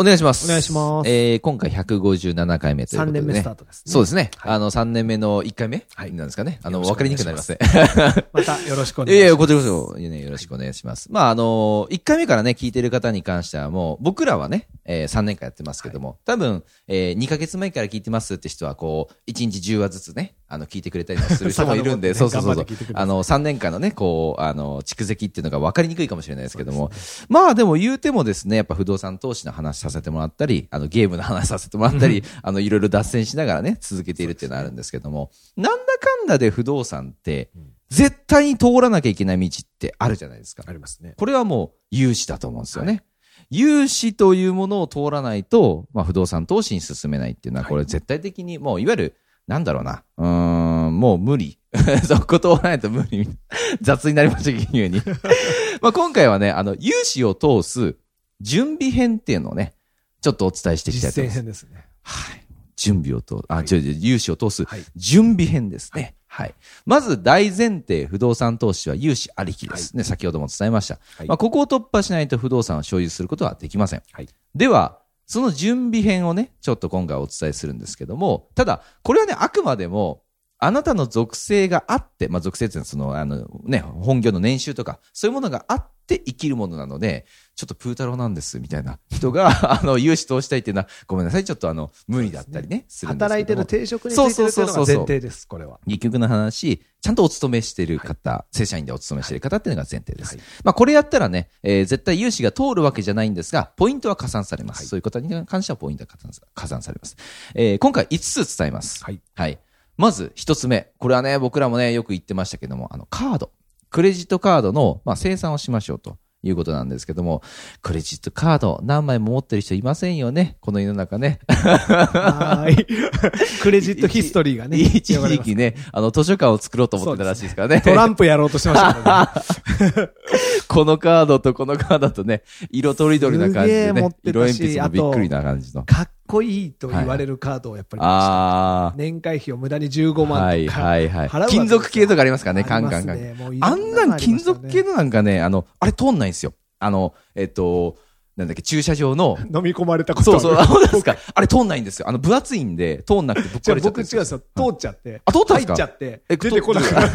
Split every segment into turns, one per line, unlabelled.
お願いします。
お願いします
えー、今回157回目ということで、ね。
3年目スタートですね
そうですね。あの、3年目の1回目なんですかね。あの、
よろし
わ
くお
か
願
り
い
にくく
し
なり
ま
ます
す
ね。
またよろしくお
い
願い
やい
し
や、
ま
こちらこそ、ね、よろしくお願いします。まあ、あの、1回目からね、聞いてる方に関してはもう、僕らはね、えー、3年間やってますけども、多分、えー、2ヶ月前から聞いてますって人は、こう、1日10話ずつね、あの、聞いてくれたりもする人もいる んで、そ
遡
うそうそうそ
ってね頑張
う
って聞いてくれ。ます
あの、3年間のね、こう、あの、蓄積っていうのが分かりにくいかもしれないですけども、まあでも言うてもですね、やっぱ不動産投資の話させてもらったり、あの、ゲームの話させてもらったり、あの、いろいろ脱線しながらね、続けているっていうのはあるんですけども、なんだかんだで不動産って、絶対に通らなきゃいけない道ってあるじゃないですか
す。あ。りますね。
これはもう融資だと思うんですよね。融資というものを通らないと、まあ、不動産投資に進めないっていうのは、これ絶対的に、もういわゆる、なんだろうな。うーん、もう無理。 そこ通らないと無理み たいな。雑になりました、急に。 まあ今回はね、あの、融資を通す準備編っていうのをね、ちょっとお伝えしていきたいと
実
思
践
います。
編ですね。
はい。準備を通、あ、違う違う融資を通す
はい
準備編ですね。はい。まず大前提、不動産投資は融資ありきです。ね、先ほども伝えました。
はい
まあ、ここを突破しないと不動産を所有することはできません。
はい
では、その準備編をね、ちょっと今回お伝えするんですけども、ただ、これはね、あくまでも、あなたの属性があって、まあ、属性っていうのはその、あの、ね、本業の年収とか、そういうものがあって生きるものなので、ちょっとプータローなんです、みたいな人が、 あの、融資通したいっていうのは、ごめんなさい、ちょっとあの、無理だったりね、するんですけども
働いてる定職についてるっていうのが前提です、これは。
結局の話、ちゃんとお勤めしてる方、正社員でお勤めしてる方っていうのが前提です。
はい
まあこれやったらね、えー絶対融資が通るわけじゃないんですが、ポイントは加算されます。
はい
そういうことに関してはポイントは加算さ加算されます。えー今回5つ伝えます。
はい。
まず1つ目。これはね、僕らもね、よく言ってましたけども、あの、カード。クレジットカードの、まあ、生産をしましょうということなんですけども、クレジットカード何枚も持ってる人いませんよね。この世の中ね。
はーい。クレジットヒストリーが ね、
一
広がり
時
ます
期ね、あの、図書館を作ろうと思ってたらしいですからね。
トランプやろうとしてまし たからね。
このカードとこのカードとね、色とりどりな感じです
げえ持
ね
っ。て
色
たし
鉛筆もびっくりな感じの。
かっこいいと言われるカードをやっぱり出した、
あ
年会費を無駄に15
あ。はい
万とか。
はいは
払うわけ
い。
ですよ
金属系とかありますからね、カンカンカ
あ
ン
り。ますねもういろ
あ
ん
ん
な
なん
のりま
金
したね
属系のなんかね、あの、あれ通んないんですよ。あの、えっと、なんだっけ、駐車場の、
飲み込まれた ことあ
そう
る
そう、あ本当ですか。あれ通んないんですよ。あの、分厚いんで、通んなくてぶっ
じ
壊
ゃあ
れちゃった
僕違うん
んで
で
すす
よ。
よ。
通っちゃって。
あ通ったん
入
です
っ
か
ちゃって。
え
出てこなくなる。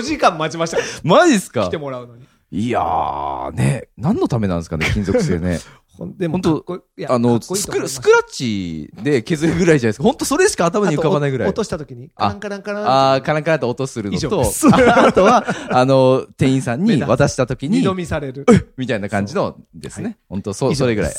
時間待ちましたから。
マジですか
来てもらうのに。
いやー、ね、何のためなんですかね、金属製ね。
ほんでも
本当
かっこい いいや
あ
か
の
っこいい
ス
と思
クラ、
いまし
ス
た
クラッチで削るぐらいじゃないですか。本当それしか頭に浮かばないぐらい。
あとお落とした時に、カランカランカラン。
ああ、カランカランと音するの
以上
と
で、す
ああとは、あの、店員さんに渡した時
二
に
度、見される。
みたいな感じのです
は
ね。本当そ
以
う、
上
それぐらい。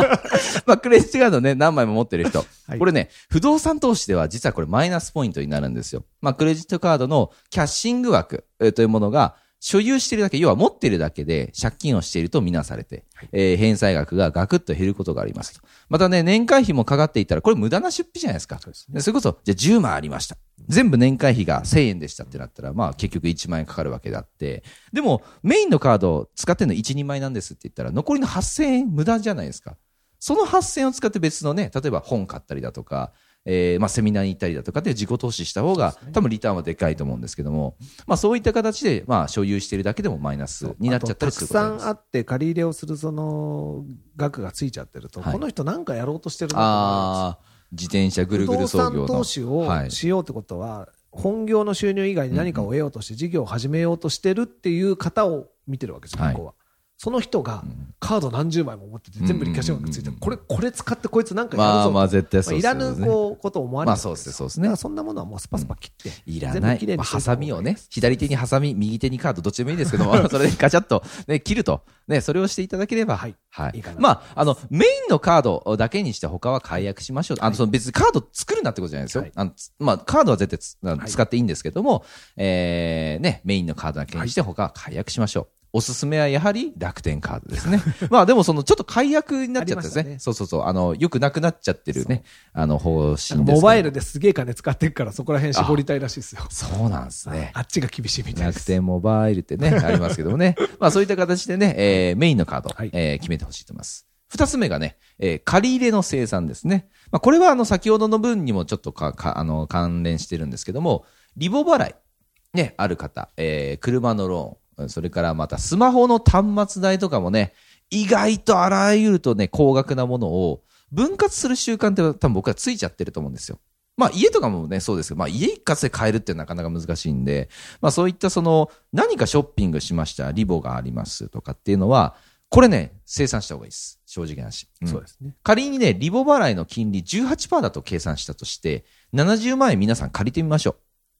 まあ、クレジットカードね、何枚も持ってる人。
はい
これね、不動産投資では実はこれマイナスポイントになるんですよ。まあ、クレジットカードのキャッシング枠えーというものが、所有しているだけ、要は持っているだけで借金をしているとみなされて、えー返済額がガクッと減ることがありますと。またね、年会費もかかっていたら、これ無駄な出費じゃないですか。
そうです
でそれこそ、じゃあ10万ありました。全部年会費が1000円でしたってなったら、まあ結局1万円かかるわけであって、でもメインのカードを使ってんの1、2枚なんですって言ったら、残りの8000円無駄じゃないですか。その8000円を使って別のね、例えば本買ったりだとか、えーまあセミナーに行ったりだとかで自己投資した方が、多分リターンはでかいと思うんですけども、まあそういった形で、まあ所有しているだけでもマイナスになっちゃったりする
あ
こと
とたく
があり
さん
ま
あって借り入れをするその額がついちゃってると、
はい
この人なんかやろうとしてるなと思います
ああー、自転車ぐる
不
ぐ
動
る操業の。
産投資を
はい
しようってことは、本業の収入以外に何かを得ようとして事業を始めようとしてるっていう方を見てるわけですよ、
はい
向こうは。その人がカード何十枚も持ってて全部にキャッシュバックついてる、これこれ使ってこいつなんかやるぞ
まあ
と
まあ絶対そうです
ま
よ
あい
ね
らぬこうことを思われる
まあそうですねそうですね
だからそんなものはもうスパスパ切って、
いらない。まあハサミをね、左手にハサミ、右手にカード、どっちでもいいですけども、 それでガチャッと、ね、切ると。ね、それをしていただければ、
はい
はい
いかなと
まあ、あの、メインのカードだけにして他は解約しましょう。あの、その別にカード作るなってことじゃないですよ。
はい
あのつまあ、カードは絶対つあの
はい
使っていいんですけども、えーね、メインのカードだけにして他は解約しましょう。おすすめはやはり楽天カードですね。 まあでもそのちょっと解約になっちゃったんです
あ
ね。
りました
そ
ね
うそうそう。あの、よくなくなっちゃってるね、あの方針ですけど
モバイルですげえ金使ってるからそこら辺絞りたいらしいですよ
そうなんですね。
あっちが厳しいみたいで
楽
す
天モバイルって ね、ありますけどもね。まあそういった形でね、えーメインのカード、
はい
えー決めてほしいと思います。二つ目がね、えー借り入れの生産ですね。まあこれはあの先ほどの分にもちょっとか、か、あの、関連してるんですけども、リボ払い、ね、ある方、えー車のローン、それからまたスマホの端末代とかもね、意外とあらゆるとね、高額なものを分割する習慣って多分僕はついちゃってると思うんですよ。まあ家とかもね、そうですけど、まあ家一括で買えるってなかなか難しいんで、まあ、そういったその何かショッピングしましたリボがありますとかっていうのはこれね生産した方がいいです正直な話、うん
そうですね
仮にねリボ払いの金利18%だと計算したとして70万円皆さん借りてみましょ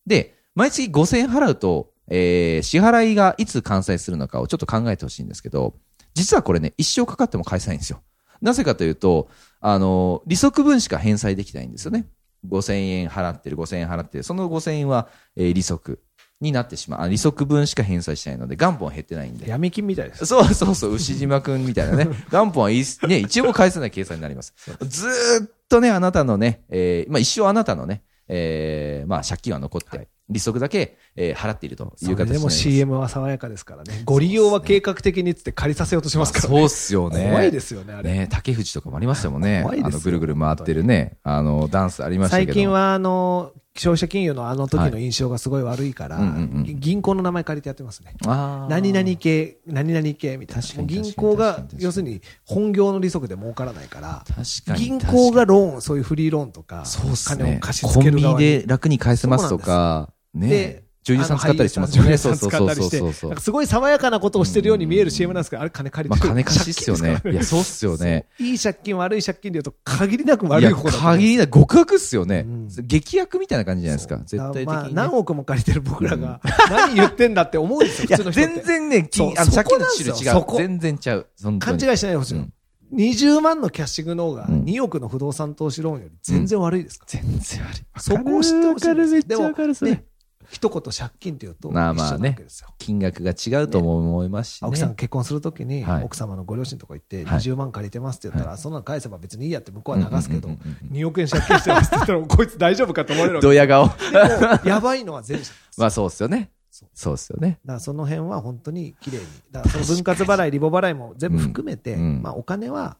うで毎月5000円払うと、えー支払いがいつ完済するのかをちょっと考えてほしいんですけど実はこれね一生かかっても返せないんですよなぜかというとあの利息分しか返済できないんですよね5000円払ってる5000円払ってるその5000円は、えー利息になってしまうあ利息分しか返済してないので元本は減ってないんで
闇金みたいです
そうそうそう、牛島くんみたいなね。 元本はいいっすね、一応返せない計算になります。ずーっとね、あなたのね、えーまあ一生あなたのね、えーまあ借金は残って、利息だけ、えー払っているとい
そうれ
形にな
で
り
も
ます。
CM は爽やかですからねご利用は計画的にっつって借りさせようとしますからね
そうっすよね。
怖いですよねあれ
ね竹藤とかもありましたもんね。
怖いですよ
あの、ぐるぐる回ってるね、あの、ダンスありましたけ
最
ど。
近はあの消費者金融のあの時の印象がすごい悪いから
はいうんうんうん
銀行の名前借りてやってますね
あー、
何々系何々系みたい
確かに確か
な
に
銀行
確
が
かに
要するに本業の利息で儲からないから
確かに
銀行がローンそういうフリーローンとか
そうっす
金を
ね。
貸し
コ
付け
ンビ
る
ニ
側に
で楽に返せますとか、ね
で。
女優さん使ったりしますよ
あの俳
ね。
優
そうん
さ
そう
使っ
そう
たり
そう
して
そうそう
なんか。すごい爽やかなことをしてるように見える CM なんですけどあれ金借り
ま
て
あ
る
金貸しっすよね
借金です。から
いや、そうっすよね。
いい借金悪い借金でいうと限りなく悪い方
い
だ
や
と思う
限りない極悪っすよね、
うん
劇薬みたいな感じじゃないですか絶対的に、ね
まあ何億も借りてる僕らが何言ってんだって思うんです よ
いや
普通の人って
全然ね金
そう
あの
そ
借
こ
金の
なんで
種
すよ
類違う
そこ
全然ちゃう本当
勘
に
違いしないでほしいの、
うん
20万のキャッシングの方が
うん
2億の不動産投資ローンより全然悪いですから、
全然悪い
そこを知ってほしい
わ
んです
かるめっちゃわかるそれ
ね一言借金っていうと一緒
ま
な
あ
わ
まあね
けですよ、
金額が違うとも思いますし、ね
奥さんが結婚するときに、
はい
奥様のご両親とか行って
はい
20万借りてますって言ったら、そんなの返せば別にいいやって向こうは流すけど、
うんうんうんうん
2億円借金してますって言ったらこいつ大丈夫かと思われるわけ
ドヤ顔
でもやばいのは全社です
まあそうっすよね
そう
そうっすよね
だからその辺は本当に綺麗に。だからその分割払い、リボ払いも全部含めて、
うんうん
まあお金は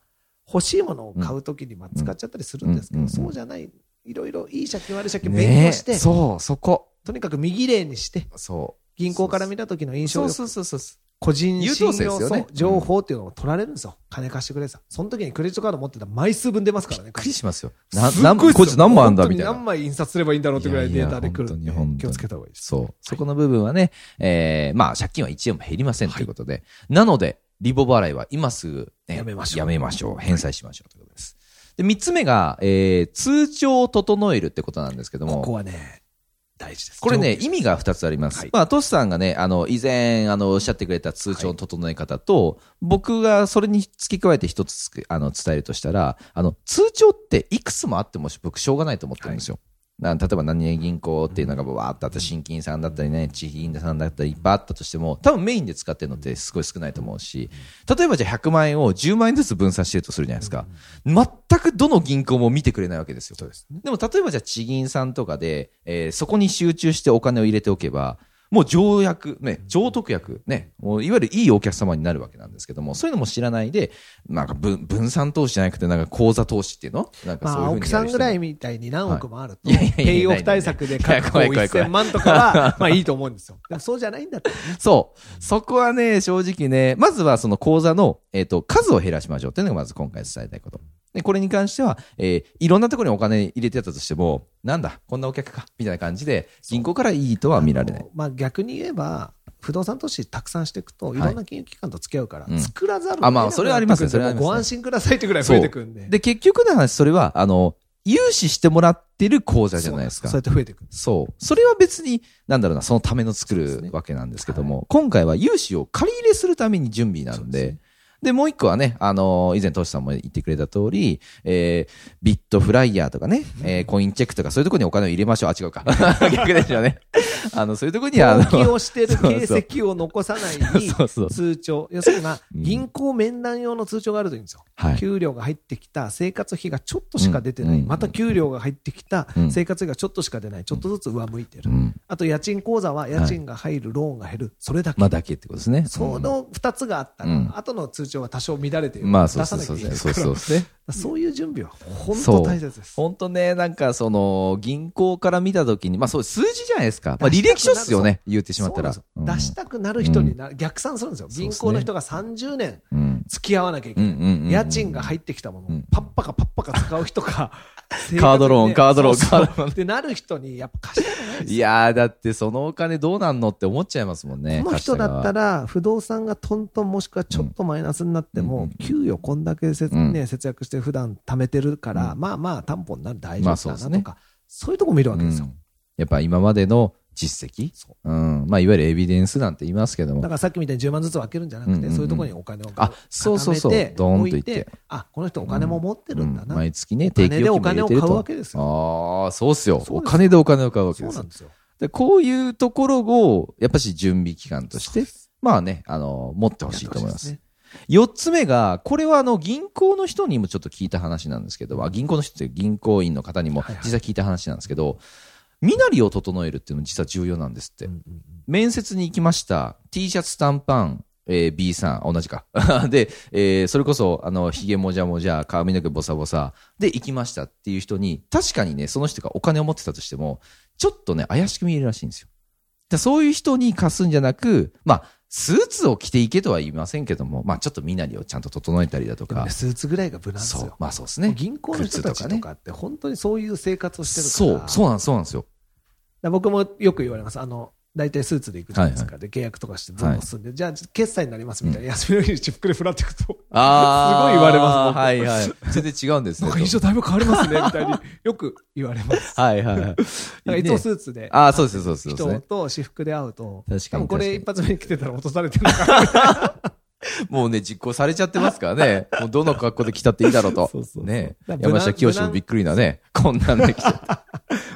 欲しいものを買うときにまあ使っちゃったりするんですけど、
うんうん
そうじゃない、いろいろいい借金悪い借金勉強
ね
して、
えそうそこと
にかく右例にして、
そう
銀行から見た時の印象
そ
を
うそうそうそう
個人
優
信
等
用
生ですよね
そう情報っていうのを取られるんですよ。金貸してくれさ。その時にクレジットカード持ってたら枚数分出ますからね。
びっくりしますよ
な
な何こいつ何番あんだみたいな
何枚印刷すればいいんだろうってぐらいデータで来るん
い
で
やいや本当に本当に
気をつけた方がいいです。
そう。そこの部分はね、えーまあ、借金は1円も減りませんということで、なので、リボ払いは今すぐ、ね、
やめましょう
ょう返済しましょうということです。で、3つ目が、えー通帳を整えるってことなんですけども、
ここはね、大事です。
これね、意味が2つあります。
はい
まあ、トシさんがね、あの、以前、あの、おっしゃってくれた通帳の整え方と、僕がそれに付け加えて一つつくあの、伝えるとしたら、あの、通帳っていくつもあっても僕、しょうがないと思ってるんですよ。な例えば何々銀行っていうのがわーっとあって、新金さんだったりね、地銀さんだったりいっぱいあったとしても、多分メインで使ってるのってすごい少ないと思うし、例えばじゃあ100万円を10万円ずつ分散してるとするじゃないですか。全くどの銀行も見てくれないわけですよ。
そうですね。
でも例えばじゃあ地銀さんとかで、えーそこに集中してお金を入れておけば、もう条約、ね、上徳約、ね、もういわゆるいいお客様になるわけなんですけども、そういうのも知らないで、なんか分分散投資じゃなくて、なんか口座投資っていうのなんか
ま
そう
あ、
いうふう
青
に
木
や
さ
る
ん
人
ぐ
も
らいみたいに何億もあると、
いやいやいや
ペイオフ対策で確保
いや怖い怖い怖い
1000万とか は、まあいいと思うんですよ。でもそうじゃないんだって。
そう。そこはね、正直ね、まずはその口座の、えっ、と、数を減らしましょうっていうのがまず今回伝えたいこと。で、これに関しては、えーいろんなところにお金入れてたとしても、なんだ、こんなお客か、みたいな感じで、銀行からいいとは見られない。
まあ逆に言えば、不動産投資たくさんしていくと、いろんな金融機関と付き合うから、
うん
作らざるを得なくなってくるんで
あまあそれはありますねそれはありますね
ご安心くださいってぐらい増えてくるんで。
で、結局の話、それは、あの、融資してもらってる口座じゃないですか。
そ
そ
うやって増えてくる。
う。それは別に、なんだろうな、そのための作
そうです
る
ね
わけなんですけども、今回は融資を借り入れするために準備なん
そう
で、
で
です
ね
もう一個はね、あのー以前、トシさんも言ってくれた通り、え ー、ビットフライヤーとかね、えーコインチェックとか、そういうところにお金を入れましょう。あ、違うか。逆でしたね。あの、そういうところには、あ
投
の、
機をしてる
そうそう
形跡を残さないに
そうそう。
通帳要するにまあ
うん
銀行面談用の通帳があるといいんですよ、
はい。
給料が入ってきた生活費がちょっとしか出てない、
うん
また給料が入ってきた
うん
生活費がちょっとしか出ない、ちょっとずつ上向いて
う
る、
ん。
あと家賃口座は家賃が入る、ローンが減る、それだけ、
まあ、だけってことですね。
その2つがあったら、
うん
後の通帳は多少乱れてい
うん、
る、
まあ、そう
出
そ
さ
う
なき
そう
ゃ
そう
いけないから
そうですね。
そういう準備は本
そう
当大切です。
本当ね、なんかその銀行から見たときに、まあそう数字じゃないですか、まあ、履歴書っすよね、言ってしまったら。
そうなんですよ出したくなる人にな逆算するんですよ、銀行の人が30年
うんうん
付き合わなきゃいけ
うん
な
う
い、
んうんうん
家賃が入ってきたもの、
うん
パッパカパッパカ使う 人か
カードローン
生活でね
カードローン
そうそう
カードローン
ってなる人にやっぱ貸したくないです
いやー、だってそのお金どうなんのって思っちゃいますもんね。
この人だった
ら。
ら不動産がトントンもしくはちょっとマイナスになって
うんう
も
ん
給与こんだけせつ
うん
ね節約して普段貯めてるからまあまあ担保になる大丈
まあそう
夫
です
だ
ね
なとかそういうとこ見るわけです
う
よ
んやっぱ今までの実績、
そう
うんまあ、いわゆるエビデンスなんて言いますけど
だ
も、
からさっきみたいに10万ずつ分けるんじゃな
う
く
んうんう
て
ん
そういうところにお金を
あそうそうそう
固めて
ドーンと
置
いっ
い
て
てあこの人お金も持ってるんだ
う
な
毎月ね、
お金
定期
で
預
お
金も入れて
金を買
ると
うわけですよ
ああ、そうっすよ
そう
お
です
金でお金を買うわけ
そ
で
う
す
な
よ
んですよ
でこういうところを、やっぱし準備期間とし
そう
て
で、す
まあね、あの、持ってほしいと思います
や。って
四つ目が、これはあの銀行の人にもちょっと聞いた話なんですけど、あ銀行の人って銀行員の方にも
はいはい
実際聞いた話なんですけど、身なりを整えるっていうのも実は重要なんですって。
ほしいですねうんうん
面接に行きました。T シャツ短パン、えー、B さん、あ同じか。 で、えーそれこそ、あの、髭もじゃもじゃ、髪の毛ボサボサ、で行きましたっていう人に、確かにね、その人がお金を持ってたとしても、ちょっとね、怪しく見えるらしいんですよ。だそういう人に貸すんじゃなく、まあ、スーツを着ていけとは言いませんけども、まあ、ちょっと身なりをちゃんと整えたりだと
でも
か
ね、スーツぐらいが無難です
そ
よ
う、まあそうですね。
銀行の人たちとかって本当にそういう生活をしてる
そ
か
う、
ら
そうなんです、そうなんですよ。
だ僕もよく言われます。あの大体スーツで行くじゃないですか、で契約とかしてどんどん進んで、じゃあ決済になりますみたいな、休みの日に私服でふらっていくと、
あー
すごい言われます僕
はいはい。全然違うんです
な
ね。
んか印象だいぶ変わりますねみたいによく言われ ます。
とはいはいはい。
だからいつもスーツで、
ああ、そうです、そうです、そう
人
で
と私服で会うと、
確かに
多分こ
確
れ一発目に来てたら落とされてるのかな
すね。もうね、実行されちゃってますからね。もうどの格好で来たっていいだろうと。
そうそうそう
ね
だから無
山
難
下清もびっくりなね。こんなんで来ちゃった。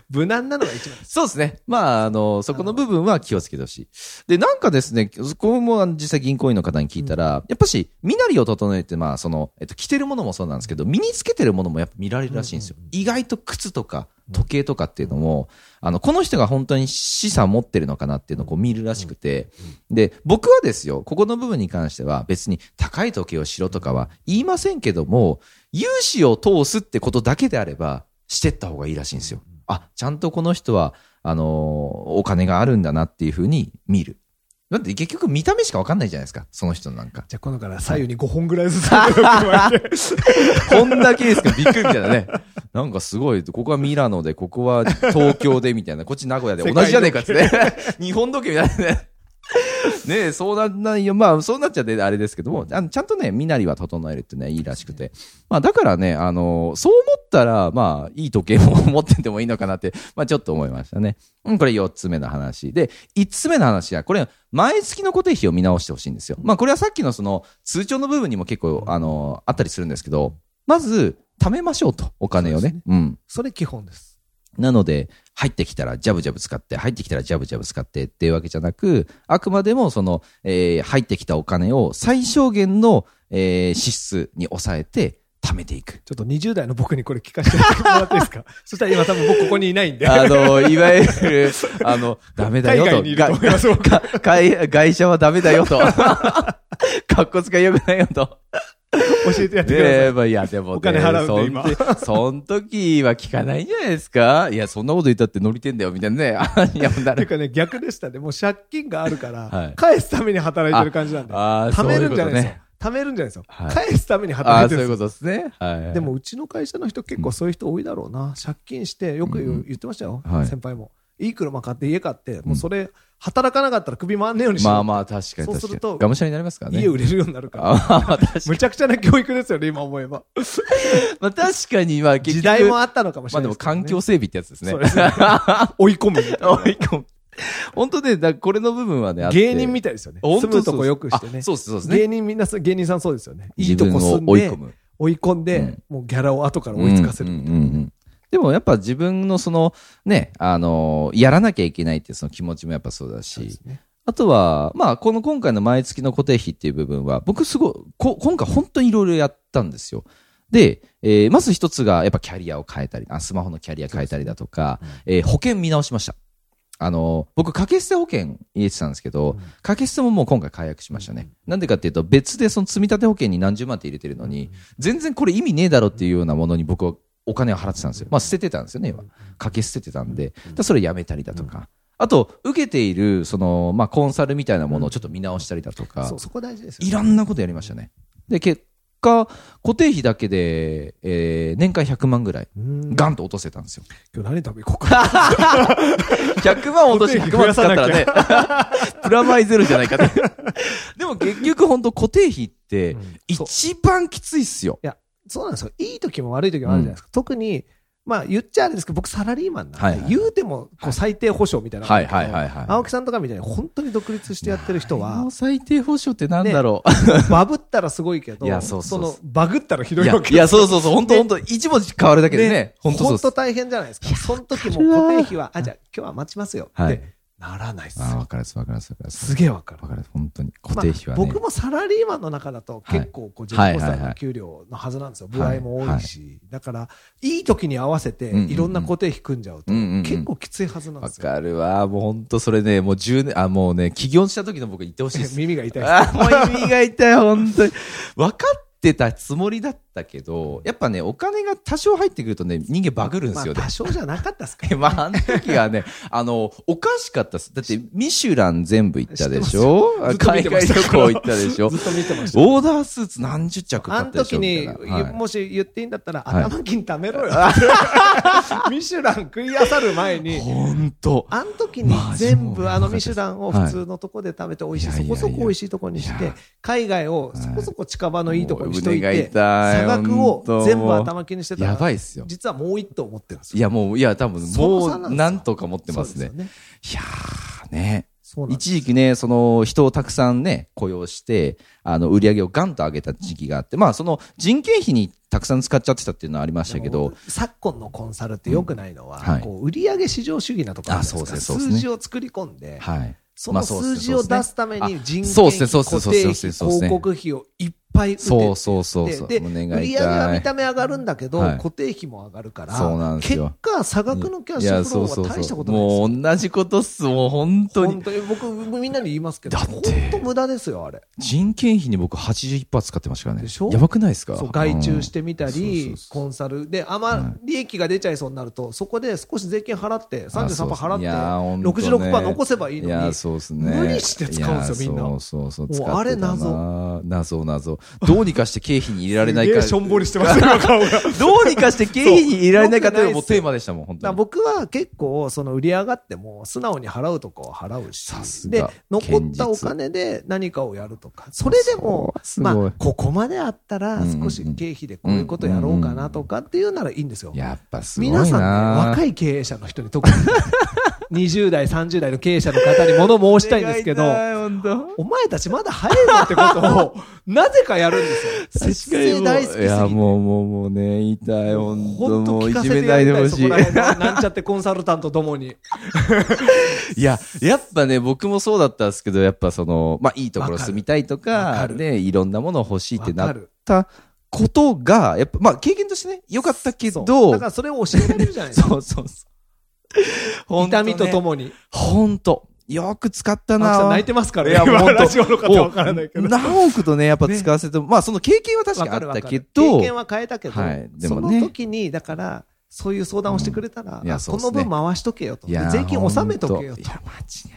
無難なのが一番です。
そうですね。まあ、あの、そこの部分は気をつけてほしい。で、なんかですね、そこもあの実際銀行員の方に聞いたら、やっぱし、身なりを整えて、まあ、その、えっと、着てるものもそうなんですけど、身につけてるものもやっぱ見られるらしいんですよ。意外と靴とか、時計とかっていうのも、あの、この人が本当に資産持ってるのかなっていうのをこう見るらしくて、で、僕はですよ、ここの部分に関しては別に高い時計をしろとかは言いませんけども、融資を通すってことだけであれば、してった方がいいらしいんですよ。あ、ちゃんとこの人は、あのーお金があるんだなっていうふうに見る。だって結局見た目しかわかんないじゃないですか、その人なんか
。じゃあ今度から左右に5本ぐらいず つ加えて
こんだけですかびっくりみたいなね。なんかすごい、ここはミラノで、ここは東京でみたいな、こっち名古屋で
世界
同じじゃねえかっつってね。日本時計みたいなね。ねえ、そうなんないよ。まあ、そうなっちゃってあれですけども、あのちゃんとね、身なりは整えるってね、いいらしくて。まあ、だからね、あのーそう思ったら、まあ、いい時計も持っててもいいのかなって、まあ、ちょっと思いましたね。うん、これ4つ目の話。で、5つ目の話は、これ、毎月の固定費を見直してほしいんですよ。まあ、これはさっきのその、通帳の部分にも結構、あのーあったりするんですけど、まず、貯めましょうと、お金を
そう
ね。
ですね
うん。
それ基本です。
なので、入ってきたらジャブジャブ使って、入ってきたらジャブジャブ使ってっていうわけじゃなく、あくまでもその、えー入ってきたお金を最小限の、えー支出に抑えて貯めていく。
ちょっと20代の僕にこれ聞かせてもらっていいですかそしたら今多分僕ここにいないんで。
あの、いわゆる、あの、ダメだよと。
海外にいると思います
がが会会社はダメだよと。 かっこつか良くないよと。
教えてやってください。
で、まあ、いや、でも、ね、
お金払うんで今
そん時そん時は聞かないんじゃないですかいや、そんなこと言ったって乗りてんだよ、みたいなね。 あいや、もうな
て
る
いうかね、逆でしたね。もう借金があるか
はい
ら、返すために働いてる感じなんで。
ああー
貯めるんじゃないで
そういうこと
すよ
ね。
貯めるんじゃないですよ。
はい
返すために
あ
働
あ、
い
そ
て
う
るん
い
で
う
す
こと
よ
ですね。はい。
でも、うちの会社の人結構そういう人多いだろうな。借金して、よく言う言ってましたよ
はい。
先輩も。いい車買って家買って、もうそれ、働かなかったら首回んねえようにし
まあ
よ
まあ、確かに確かに。
そうすると
がむしゃらになりますから
う
ね。
家売れるようになるから。
あ まあ、確かに。
むちゃくちゃな教育ですよね、今思えば。
まあ、確かに、まあ、結
時
局
代もあったのかもし
まあ
れ
で
ない
も、
すけどね
環境整備ってやつですね。
そうですね追い込むみたいな。
追い込む本当ね、だからこれの部分はね、あって
芸人みたいですよね。
本
住
当
むとこよくして
あ
ね。
そうです、そうですね。
芸人みんなそう芸人さんそうですよね。い
自
いと
分
こ
を
住んで
追い込む。
追い込んで、
うん
もうギャラを後から追いつかせる
うんうん
みたいな。
うんでもやっぱ自分のそのね、あのやらなきゃいけないっていうその気持ちもやっぱそうだ
そうで
し
す、ね。
あとは、まあ、この今回の毎月の固定費っていう部分は、僕すごい、こ今回本当にいろいろやったんですよ。で、えーまず一つが、やっぱキャリアを変えたり、あスマホのキャリア変えたりだとか、えー保険見直しました。あの、僕、掛け捨て保険入れてたんですけど、
うん
掛け捨てももう今回解約しましたね。なんでかっていうと、別でその積立保険に何十万って入れてるのに、全然これ意味ねえだろっていうようなものに僕はお金を払ってたんですよ。まあ、捨ててたんですよね、今。掛け捨ててたんで、だからそれやめたりだとか。あと、受けている、その、まあ、コンサルみたいなものをちょっと見直したりだとか
そう、そこ大事ですよ、
いろんなことやりましたね。で、結果、固定費だけで、えー年間100万ぐらい、
うん
ガンと落とせたんですよ。
今日何食べ行こ うか。
100万落とし100万使ったらね、 プラマイゼロじゃないかね。でも結局本当固定費って
うんそう
一番きついっすよ。
そうなんですよ。いい時も悪い時もあるじゃないですか。特に、まあ言っちゃあれですけど、僕サラリーマンなんで、
はいはい
言うてもこう最低保障みたいなのがあるけど、
はいはいはいはい
青木さんとかみたいに本当に独立してやってる人は
もう、最低保障ってなんだろう。
バブったらすごいけど、
いやそうそうそう
のバグったらひど
い
い
や
わけ
いや、そうそうそう、本当本当一文字変わるだけでね
ね、
本当そう
本
っす
当大変じゃないですか。その時も固定費は、あ、じゃあ今日は待ちますよ。っ
はい
てならないです
ああ、わ
よ。
かります、わかります、わかります。
すげえわかる
わ。かります、本当に。固定費は
ま
ね。
あ僕もサラリーマンの中だと結構こうジェ
は
ッ
い
トコースター
はいはいは
の
い
給料のはずなんですよ、
はい
部合も多いし、だからいい時に合わせ
う
て
んうんうん
いろんな固定費組んじゃうと
うんうんうん
結構きついはずなんで
わ
すよ、
かるわ。もう本当それね、もう10年、あ、もうね、起業した時の僕言ってほしいです。
耳が痛いです
あ、もう意味が痛い、本当に。分かってたつもりだったけど、やっぱね、お金が多少入ってくるとね、人間バグるんで
ますあ
よね
多。少じゃなかっ たですか
まあ、あの時はね、あの、おかしかったっす。だって、ミシュラン全部行ったでしょ
ずっと見
海
てま
外
し
旅
たから
行行ったでしょ
ずっと見てました
オーダースーツ何十着買
あ
っ
の
たでし
時
ょみ
に、
たいなはい
もし言っていいんだったら、
はい
頭金貯めろよ、 ミシュラン食い漁る前に
本当
あの時に
マジ
全
もう
部あのミシュランを普通のとこで食べて美味しい、
はい
そこそこ美味しいとこにし
いやいやい
て
や、
海外をそこそこ近場のいいとこにしとい
もう胸が
て、
痛い
差額
本当
を全部頭金にしてたら、
やばいっすよ
実はもう一頭持ってるんですよ。
いや、もう、いや、多分、
その
も
差なんですよ
う、なんとか持ってますね
そう。ですよ
いやーね。
そうなんです
一時期ね、その人をたくさんね、雇用して、あの、売り上げをガンと上げた時期があって、まあ、その人件費にたくさん使っちゃってたっていうのはありましたけど、
昨今のコンサルって良くないのは、
うんはい
こう売上市場主義なところあるじゃない
あ
です
そう
か
ですねそうですね
数字を作り込んで、
はい。
そ
まあ
の
うっすね
数字を出すために人件
そうっすね
費、
そうっすね
固
そうっす
定
ね
費、
そうっすね
広告費をいっぱい打てて
そうそうそうそう。
でで
胸が
売り上げは
痛
見
い。
た目上がるんだけど、
はい
固定費も上がるから
そうなんですよ
結果差額のキャッシュフローは大したことない
い
です
やそうそうそうも
よ
う同じことっす、もう本当
本
に。
当に僕みんなに言いますけど
だって
本当無駄ですよあれ
人件費に僕81%使ってましたからね。
でしょ
やばくないですか
そう外注してみたり、
うんそうそうそう
コンサルであ
は
ま利益が出ちゃいそうになるとそこで少し税金払って33%払って
いやーほんとね
66%残せばいい
い
の
や
に
そうっすね
無理して使うんですよ
いや
みんな
そうそうそう
もう
使ってたな
あれ謎
謎謎どうにかして経費に入れられないか
すげえしょんぼりしてま すよ顔が
どうにかして経費に入れられないかというのがもう
そう良くな
テ
い
ーマで
っすよ
したもん本
だか
当
ら
に
僕は結構その売り上がっても素直に払うとこは払う
さす
しで
が
残ったお
堅実
金で何かをやるとかそれでも
そうすごい
まあここまであったら
うんうんうん
少し経費でこういうことやろうかなとかっていうならいいんですよ。
やっぱすごいな
皆さんね、若
い
い経営者の人に特に 20代30代の経営者の方に物申したいんですけどお前たちまだ早いぞっ てことをなぜかやるんですよ。節制大好きすぎ
いや
て。
もうもうもうね痛い本当
本当
もう
聞
い
か
じ
せ
め
て
な
や
い
り
で
た
ほ
い、そ
し
こ
い
ら辺のなんちゃってコンサルタントともに。
いや、やっぱね、僕もそうだったんですけど、やっぱその、まあ、いいところ
わかる
住みたいと
わ
か、
かる
ね、いろんなもの欲しいってな
わか
っ
る
たことが、やっぱ、まあ、経験としてね、良かったけど、
そうだからそれを教えられるじゃないですか。
そうそうそう。
痛みとと
も。
もに。
ほんと。よく使った
青木さ
なん
泣いてますから
い
ね。
やもうほんと
ラジオの方わからないけど。
何億とね、やっぱ使わせても、まあ、その経験は確か
わ
に
かる
あっ
わ
た
かる
けど、
経験は変えたけど、
はいで
そ
もね
の時に、だから、そういう相談をしてくれたら、
うんいや
あ
そうっ
こ
すね
の分回しとけよと。
いや
税金納めとけよ
ほん
と
い。や、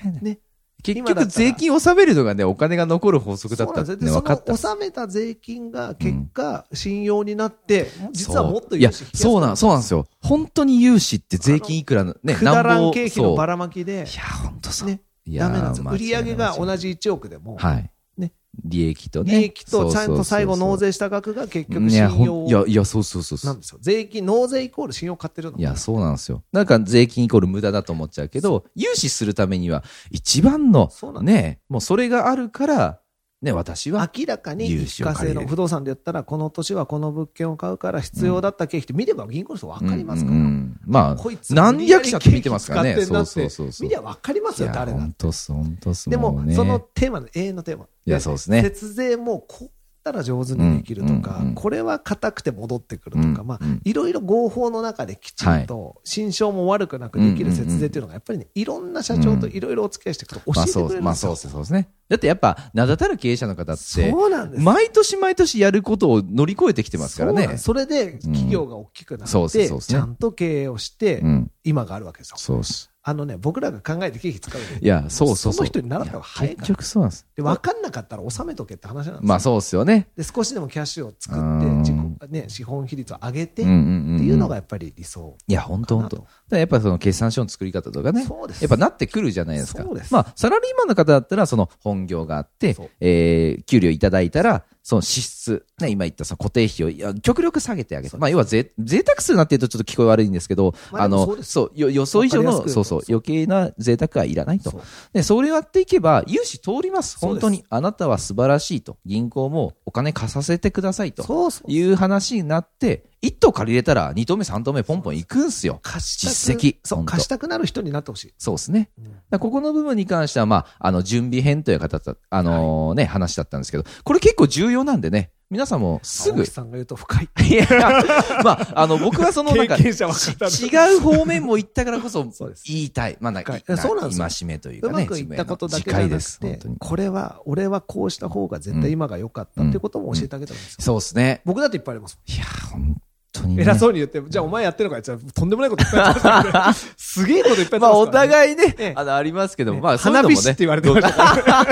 間違いない。
ね
結
今
局、
だったら
税金納めるのがね、お金が残る法則だったって
そうなんで
ね、
すよ
分かっ
で
た
その。納めた税金が結果、信用になって、実はもっと
いや、
融資引きやすく
そうなん、そうなんですよ。本当に融資って税金いくらの、ね、
くだら
なん
ん
ぼ
経費のば
ら
らまきで
い、や、本当そう。
ね
いや
ダメなんですよ。
間
売
違いない
上が同じ1億でも、
はい。
ね。
利益とね。
利益とちゃん
そうそうそうそ
と
う
最後納税した額が結局
い
信
やほん
用
いや、いや、そうそうそうそ
な。
うん
ですよ。税金、納税イコール信用買ってるの。
いや、そうなんですよ。なんか税金イコール無駄だと思っちゃうけど、融資するためには、一番の
そうな、ん
ね、もうそれがあるから、ね、私は。
明らかに
融
一
資を
過
借
性
りれ
の
る
不動産で言ったら、この年はこの物件を買うから必要だった経費って見れば銀行の人分かりますか
うんうんう
ら。
んまあ
こい、つ
何百社って見てますから
無
ね。
理や
そう
り
そう
経費使
そ
ってん
う
なって
そう。
見りゃ分かりますよ、誰だ
本
って
当っす、本当っす。
でも、
うね
そのテーマの永遠のテーマ。
いやそうですね
節税もこうやったら上手にできると
うん
か、
うんうん
これは硬くて戻ってくるとか、
うん
まあ
うん、
いろいろ合法の中できちんと、心証も悪くなくできる節税っていうのが、やっぱりね、いろんな社長といろいろお付き合いしていくと教
まあ
えてくれ
そ
るんです
う、
よ。
まあそうですそうですね。だってやっぱ、名だたる経営者の方って、
そうなんですよ
毎年毎年やることを乗り越えてきてますから
そうなん
ね。
それで企業が大きくな
そう
っ
そう
て、
そうです
ち
ね
ゃんと経営をして、
うん
今があるわけですよ。
そうっす。
あのね、僕らが考えて経費使うより
いや、そうそうそう。
その人に習った方が早いから
結局そうなんです。
で、分かんなかったら納めとけって話なんですよ。
まあそうっすよね。
で少しでもキャッシュを作
う
って
ん
自己、ね、資本比率を上げてっ
う
て
んうんうんうん
いうのがやっぱり理想。
いや、本当本当。
か
だ
な
からやっぱその決算書の作り方とかね。
そうです
やっぱなってくるじゃないですか。
そうです
まあ、サラリーマンの方だったら、その本業があって
そう、
えー、給料いただいたら、その支出、ね、今言ったその固定費をいや極力下げてあげて、まあ、要はぜ贅沢するなっていうとちょっと聞こえ悪いんですけど、
まあでもそう
の、
です
そう、よ予想以上
わかりやす
の、
く
そうそう、余計な贅沢はいらないと
そう。
で、それをやっていけば、融資通ります。
そう
本
です
当に。あなたは素晴らしいと。銀行もお金貸させてくださいと。
そうそう
いう話になって、一棟借りれたら二棟目三棟目ポンポン行くんすよ。
貸したく
実績
そう
本当
貸したくなる人になってほしい。
そうですね。だからここの部分に関しては、まあ、あの、準備編という方だ、あのーね、話だったんですけど、これ結構重要なんでね、皆さんもすぐ
青木、さんが言うと深い。
いや、 まあ、あの、僕はその、なんか、
経験者は語る
ち違う方面も行ったからこそ
そうです、
言いたい。まあ、なんか、
いやそうなんですよ
戒めという
う
か
ま
ね、
くいったことだけ
自
じゃ
戒
な
で
く
す、本
て
当に。
これは俺はこうした方が絶対今が良かったってことも教えてあげたらいいんですよ。
そうですね。
僕だっていっぱいありますも
いや、本当に、
ん。
ね。
偉そうに言って、じゃあお前やってるのかよじゃあとんでもないこといっぱいやってましたよね すげえこといっぱいやって
ま
ま
あ、
す
お
からね
互いね、
ええ
あの、ありますけども、
ね
まあ、そういう
花
の
火
も
師
ね
って、言われてました。ありが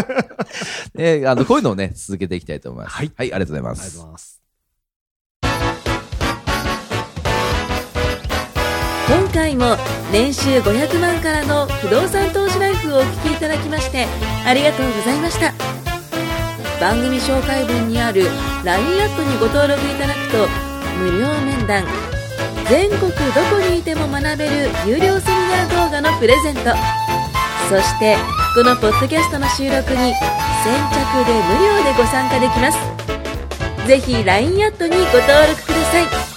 ええあの、こういうのをね、続けていきたいと思います。
はい
ありがとうございま
とうご
す
ざい。ます。
今回も年収500万からの不動産投資ライフをお聞きいただきましてありがとうございました番組紹介文にある LINE アップにご登録いただくと無料面談全国どこにいても学べる有料セミナー動画のプレゼントそしてこのポッドキャストの収録に先着で無料でご参加できますぜひ LINE アットにご登録ください